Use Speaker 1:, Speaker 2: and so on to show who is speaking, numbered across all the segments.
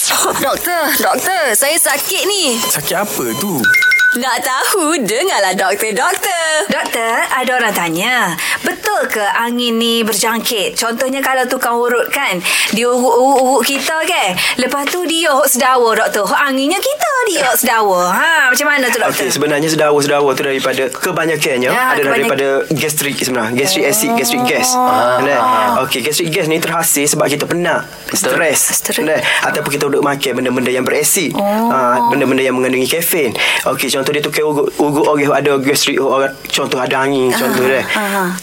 Speaker 1: Doktor, doktor, saya sakit ni.
Speaker 2: Sakit apa tu?
Speaker 1: Nak tahu, dengarlah doktor, doktor.
Speaker 3: Doktor, ada orang tanya, betul ke angin ni berjangkit? Contohnya kalau tukang urut kan, dia urut-urut kita ke? Lepas tu dia hok sedawa, doktor. Hok anginnya kita dia hok sedawa. Ha, macam mana tu, doktor?
Speaker 4: Okey, sebenarnya sedawa-sedawa tu daripada
Speaker 3: Ya,
Speaker 4: kebanyakannya ya, ada
Speaker 3: kebanyak- Oh.
Speaker 4: daripada gastrik sebenarnya. Gastric acid, gastric gas. Kan?
Speaker 3: Ah.
Speaker 4: Okey, gastric gas ni terhasil sebab kita penat, stres.
Speaker 3: Stres. Oh.
Speaker 4: Kan? Ataupun kita duduk makan benda-benda yang berasid. Ah, benda-benda yang mengandungi kafein. Okey, contoh dia tukar ugut ugut orang yang ada gastric orang contoh ada
Speaker 3: Ah,
Speaker 4: angin, contoh dia.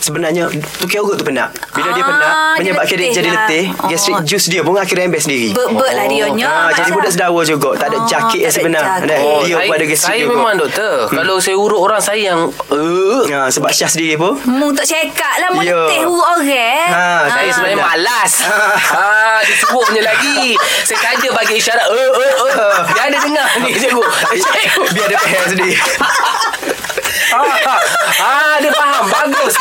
Speaker 4: Sebenarnya tukar ugut tu penat. Bila dia
Speaker 3: Ah,
Speaker 4: penat,
Speaker 3: dia
Speaker 4: menyebabkan dia,
Speaker 3: letih
Speaker 4: jadi
Speaker 3: lah.
Speaker 4: letih, gastric
Speaker 3: Oh.
Speaker 4: juice dia pun akhirnya embes sendiri.
Speaker 3: Bebek lah dia nyo.
Speaker 4: Ah, jadi budak sedawa juga Tak ada
Speaker 3: Ah,
Speaker 4: jaket yang
Speaker 3: tak ada
Speaker 4: sebenar
Speaker 3: jaket.
Speaker 4: Kan?
Speaker 3: Oh,
Speaker 4: Dia
Speaker 2: saya,
Speaker 4: pun ada gastric
Speaker 2: saya
Speaker 4: juga
Speaker 2: memang doktor. Hmm. Kalau saya urut orang saya yang uh,
Speaker 4: Ha, sebab Syah sendiri pun
Speaker 3: Mu tak cekak lah, mu
Speaker 4: Ya.
Speaker 3: letih urut orang.
Speaker 4: Ha,
Speaker 2: saya
Speaker 4: Ah.
Speaker 2: sebenarnya malas. ha, disuruhnya lagi. Saya saja bagi isyarat uh, uh, uh. Dia ada dengar ni cikgu. Cikgu.
Speaker 4: Biar dia faham sendiri
Speaker 2: Ah, ah, dia faham. Bagus.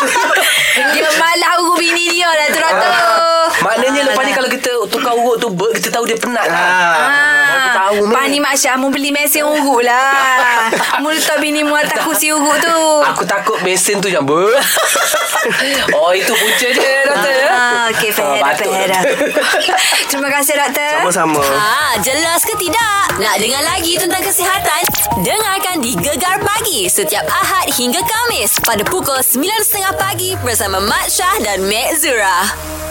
Speaker 3: Dia malah urut bini dia lah tu, doktor.
Speaker 2: Ah. Maknanya lepas
Speaker 3: Ah.
Speaker 2: ni kalau kita tukar urut tu ber- kita tahu dia penat
Speaker 4: ha.
Speaker 2: lah. Aku
Speaker 3: Ah,
Speaker 2: tahu, Mek.
Speaker 3: Pani Mak Syah Mu beli mesin urut lah Mu letak bini mu atas kursi urut tu
Speaker 2: Aku takut mesin tu jam ber. oh itu punca je doktor ya.
Speaker 3: Ah, Okey fair
Speaker 2: Ah,
Speaker 3: dah
Speaker 2: batuk,
Speaker 3: fair dah
Speaker 2: doktor.
Speaker 3: Terima kasih doktor
Speaker 4: Sama-sama
Speaker 1: Ha, jelas ke tidak? Nak dengar lagi tentang kesihatan? Dengarkan di Gegar Pagi setiap Ahad hingga Kamis pada pukul 9.30 pagi bersama Mat Syah dan Mek Zura.